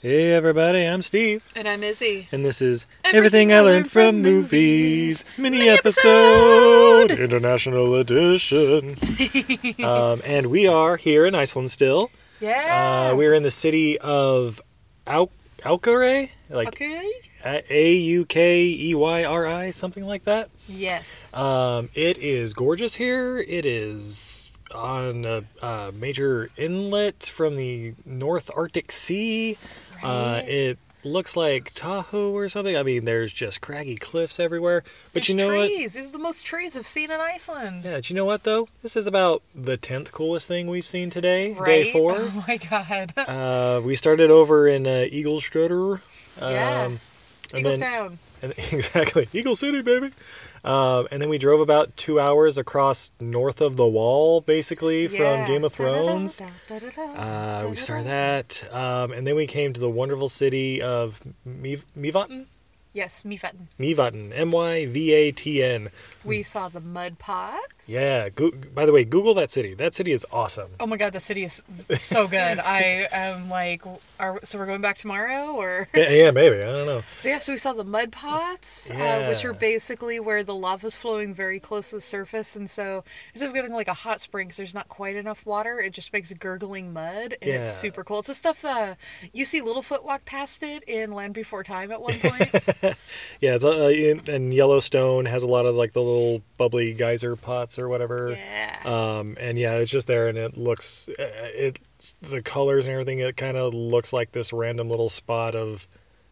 Hey everybody, I'm Steve, And I'm Izzy. and this is Everything, I Learned from Movies mini episode international edition. um, and we are here in Iceland still. Yeah. Uh, we're in the city of Au- Aukeyri, like okay. A U K E Y R I, something like that. Yes. Um, it is gorgeous here. It is on a, a major inlet from the North Arctic Sea. Uh, Right. it looks like Tahoe or something. I mean, there's just craggy cliffs everywhere. But There's you know what? trees. These are the most trees I've seen in Iceland. Yeah, but you know what though? This is about the tenth coolest thing we've seen today, Right. day four. Oh my god. Uh, we started over in uh, Eagle Strutter. Yeah. Um, and Eagles then, Town. and- exactly, Eagle City, baby. Um, and then we drove about two hours across north of the wall, basically Yeah. from Game of Thrones. Da-da-da-da-da-da-da. Uh, we started Da-da-da. that, um, and then we came to the wonderful city of Miv- Mivatn. Yes, Mifatn. Mivatn, M Y V A T N. We saw the mud pots. Hmm. Yeah. Go- by the way, Google that city. That city is awesome. Oh my god, the city is so good. I am like, are so we're going back tomorrow or? Yeah, yeah, maybe. I don't know. So yeah, so we saw the mud pots, uh, which are Yeah. basically where the lava's flowing very close to the surface, and so instead of getting like a hot spring, 'cause there's not quite enough water, it just makes gurgling mud, and it's Yeah. super cool. It's the stuff that you see Littlefoot walk past it in Land Before Time at one point. Yeah, it's, uh, in, and Yellowstone has a lot of like the little bubbly geyser pots or whatever. yeah. Um, and yeah, it's just there, and it looks, uh, it's the colors and everything. It kind of looks like this random little spot of,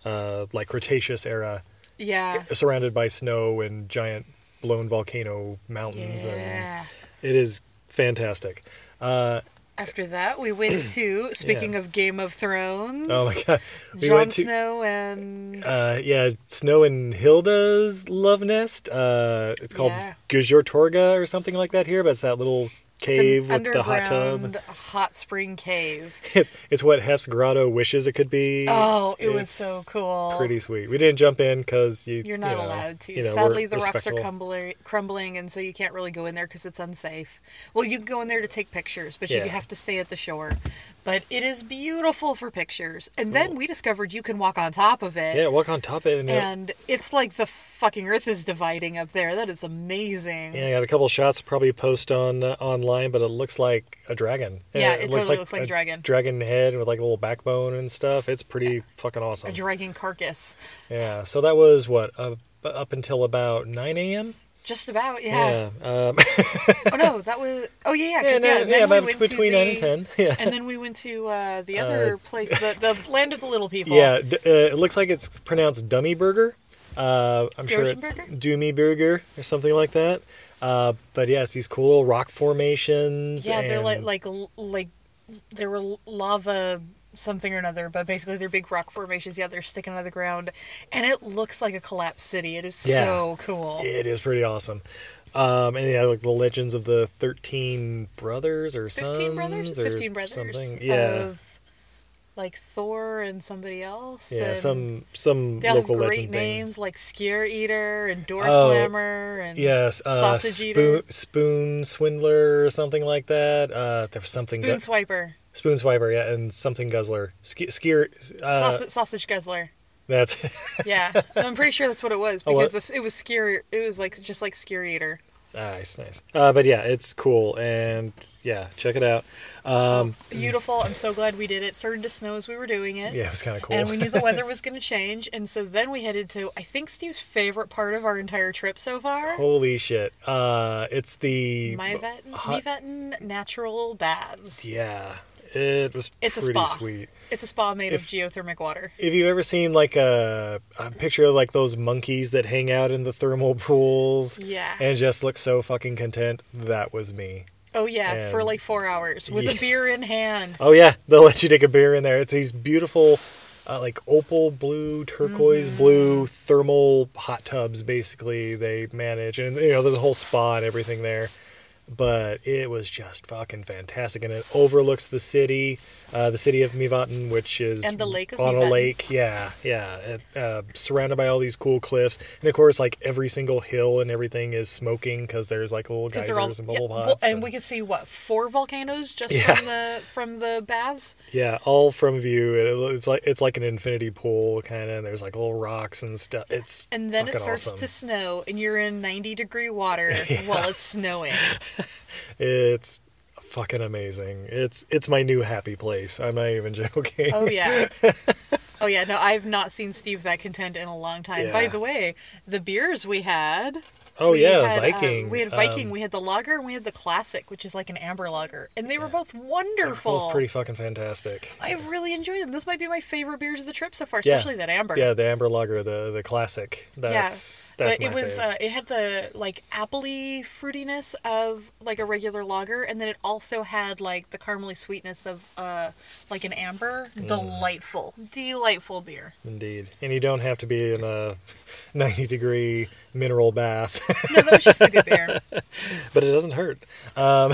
uh, like Cretaceous era, yeah. surrounded by snow and giant blown volcano mountains, and Yeah. it is fantastic. Uh, After that, we went to speaking of Game of Thrones, oh my god, we Jon went to Snow and uh, yeah, Snow and Hilda's love nest. Uh, it's called Yeah. Gujortorga or something like that here, but it's that little cave it's an with the hot tub. underground hot spring cave. It's what Hef's grotto wishes it could be. Oh, it was It's so cool. pretty sweet. We didn't jump in because you You're not you know, allowed to. you know, we're Sadly, the rocks are respectful. crumbling, crumbling, and so you can't really go in there because it's unsafe. Well, you can go in there to take pictures, but Yeah. you have to stay at the shore. But it is beautiful for pictures. And then we discovered you can walk on top of it. Yeah, walk on top of it. And, it- And it's like the fucking earth is dividing up there. That is amazing. yeah, I got a couple shots probably post on uh, online, but it looks like a dragon. Uh, And Yeah, it totally looks like a dragon. Dragon head with like a little backbone and stuff. It's pretty fucking awesome. A dragon carcass. yeah. So that was what up, up until about 9 a.m. Just about, yeah. Um, Oh, no, that was. Oh, yeah, yeah. 'cause, no, yeah, then we about went to between the- 9 and 10. Yeah. And then we went to uh, the other place, the, the land of the little people. Yeah, d- uh, it looks like it's pronounced dummy burger. Uh, I'm sure it's Gerstenburger? Doomy Burger or something like that. Uh, but yeah, it's these cool little rock formations. Yeah, they're like and- like l- like they were l- lava something or another, but basically they're big rock formations. Yeah, they're sticking out of the ground, and it looks like a collapsed city. It is Yeah. so cool. It is pretty awesome. Um, and yeah, like the legends of the thirteen brothers or sons Fifteen brothers, or fifteen brothers something. Yeah, of like Thor and somebody else. yeah, and some some they all have local great legend thing. names like Skier Eater and Door Oh, Slammer and Yes, uh, Sausage spoon, eater. spoon swindler or something like that. Uh, there was something Spoon gu- Swiper, spoon swiper, yeah, and something guzzler, Ski- skier. Uh, sausage, sausage Guzzler. That's Yeah, No, I'm pretty sure that's what it was Oh, what? because this, it was Skier. It was like just like Skier Eater. nice, nice. Uh, but yeah, it's cool, and yeah, check it out. Um, Beautiful. I'm so glad we did it. Started to snow as we were doing it. yeah, it was kind of cool. And we knew the weather was going to change. And so then we headed to, I think, Steve's favorite part of our entire trip so far Holy shit! Uh, it's the Myvetten, hot- Myvetten Natural Baths. yeah. It was It's a pretty spa. sweet. It's a spa made of If- geothermic water. If you've ever seen like a, a picture of like those monkeys that hang out in the thermal pools Yeah. and just look so fucking content, that was me. oh, yeah, for and- like four hours with a Yeah. beer in hand. Oh yeah, they'll let you take a beer in there. It's these beautiful, uh, like opal blue, turquoise Mm-hmm. blue thermal hot tubs. Basically, they manage, and you know there's a whole spa and everything there. But it was just fucking fantastic, and it overlooks the city, uh, the city of Mivatin, which is And the lake of on a Mivatan. lake. Yeah, yeah, it, uh, surrounded by all these cool cliffs, and of course, like every single hill and everything is smoking because there's like little Because geysers they're all and yeah, bubble well, pots. and, we could see what four volcanoes just Yeah. from the from the baths. Yeah, all from view. and It, lo- it's like it's like an infinity pool kind of. And there's like little rocks and stuff. It's And then it fucking starts to awesome. snow, and you're in 90 degree water Yeah. while it's snowing. It's fucking amazing. It's it's my new happy place. I'm not even joking. Oh yeah. Oh yeah. No, I've not seen Steve that content in a long time. By Yeah. the way, the beers we had. Oh, we yeah, had, uh, Viking. we had Viking. Um, we had the lager, and we had the classic, which is like an amber lager, and they were Yeah. both they're both wonderful. pretty fucking fantastic. I really enjoyed them. Those might be my favorite beers of the trip so far, Yeah. especially that amber. Yeah, the amber lager, the the classic. That's yeah, that's but it my was fave. uh, it had the like appley fruitiness of like a regular lager, and then it also had like the caramely sweetness of uh like an amber. Mm. Delightful, delightful beer. Indeed, and you don't have to be in a 90 degree mineral bath, No, that was just a good beer. but it doesn't hurt. Um,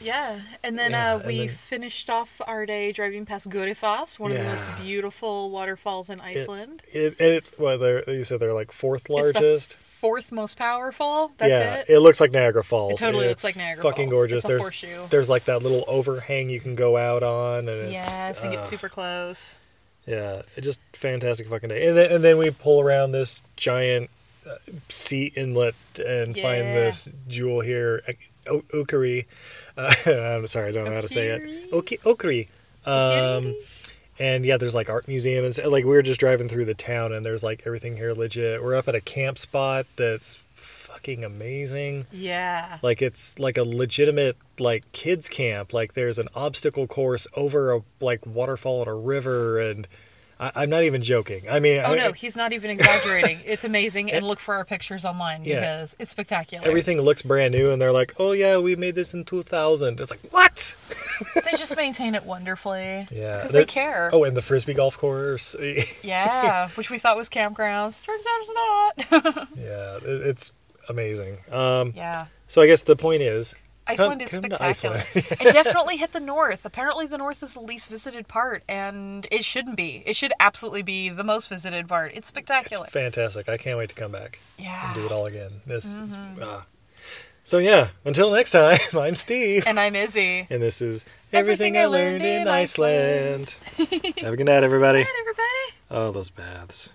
Yeah, and then Yeah, uh, and we then- finished off our day driving past Godafoss, one of the most Yeah. beautiful waterfalls in Iceland. it, and it's well, they're, you said they're like fourth the largest. Fourth most powerful. That's yeah, it. looks like Niagara Falls. It totally It's looks like Niagara Fucking Falls. gorgeous. It's a there's horseshoe. there's like that little overhang you can go out on, and it's, Yes, and uh, get super close. yeah, it just fantastic fucking day. And then, and then we pull around this giant uh, sea inlet and find Yeah. this jewel here, e, o- Okari. Uh, I'm sorry, I don't know how to say it. Oki- Okari. Um, and yeah, there's like art museum and s- like we were just driving through the town and there's like everything here legit. We're up at a camp spot that's fucking amazing yeah. like it's like a legitimate like kids camp like there's an obstacle course over a like waterfall and a river and I, i'm not even joking i mean Oh I- no, he's not even exaggerating. it's amazing, and look for our pictures online Yeah. because it's spectacular. everything looks brand new and they're like oh yeah we made this in 2000 it's like what they just maintain it wonderfully. Yeah, Because they're- they care. oh and the frisbee golf course Yeah, which we thought was campgrounds. Turns out it's not. yeah it, it's amazing um yeah. so i guess the point is Iceland is come to spectacular. Iceland. and definitely hit the north. Apparently, the north is the least visited part, and it shouldn't be. It should absolutely be the most visited part. It's it's spectacular. fantastic i can't wait to come back and do yeah. it all again this is Mm-hmm. ah. so yeah until next time i'm steve And I'm Izzy. And this is Everything, Everything I I Learned Learned in in Iceland. Have a good night, everybody. Good, everybody. Oh, those baths.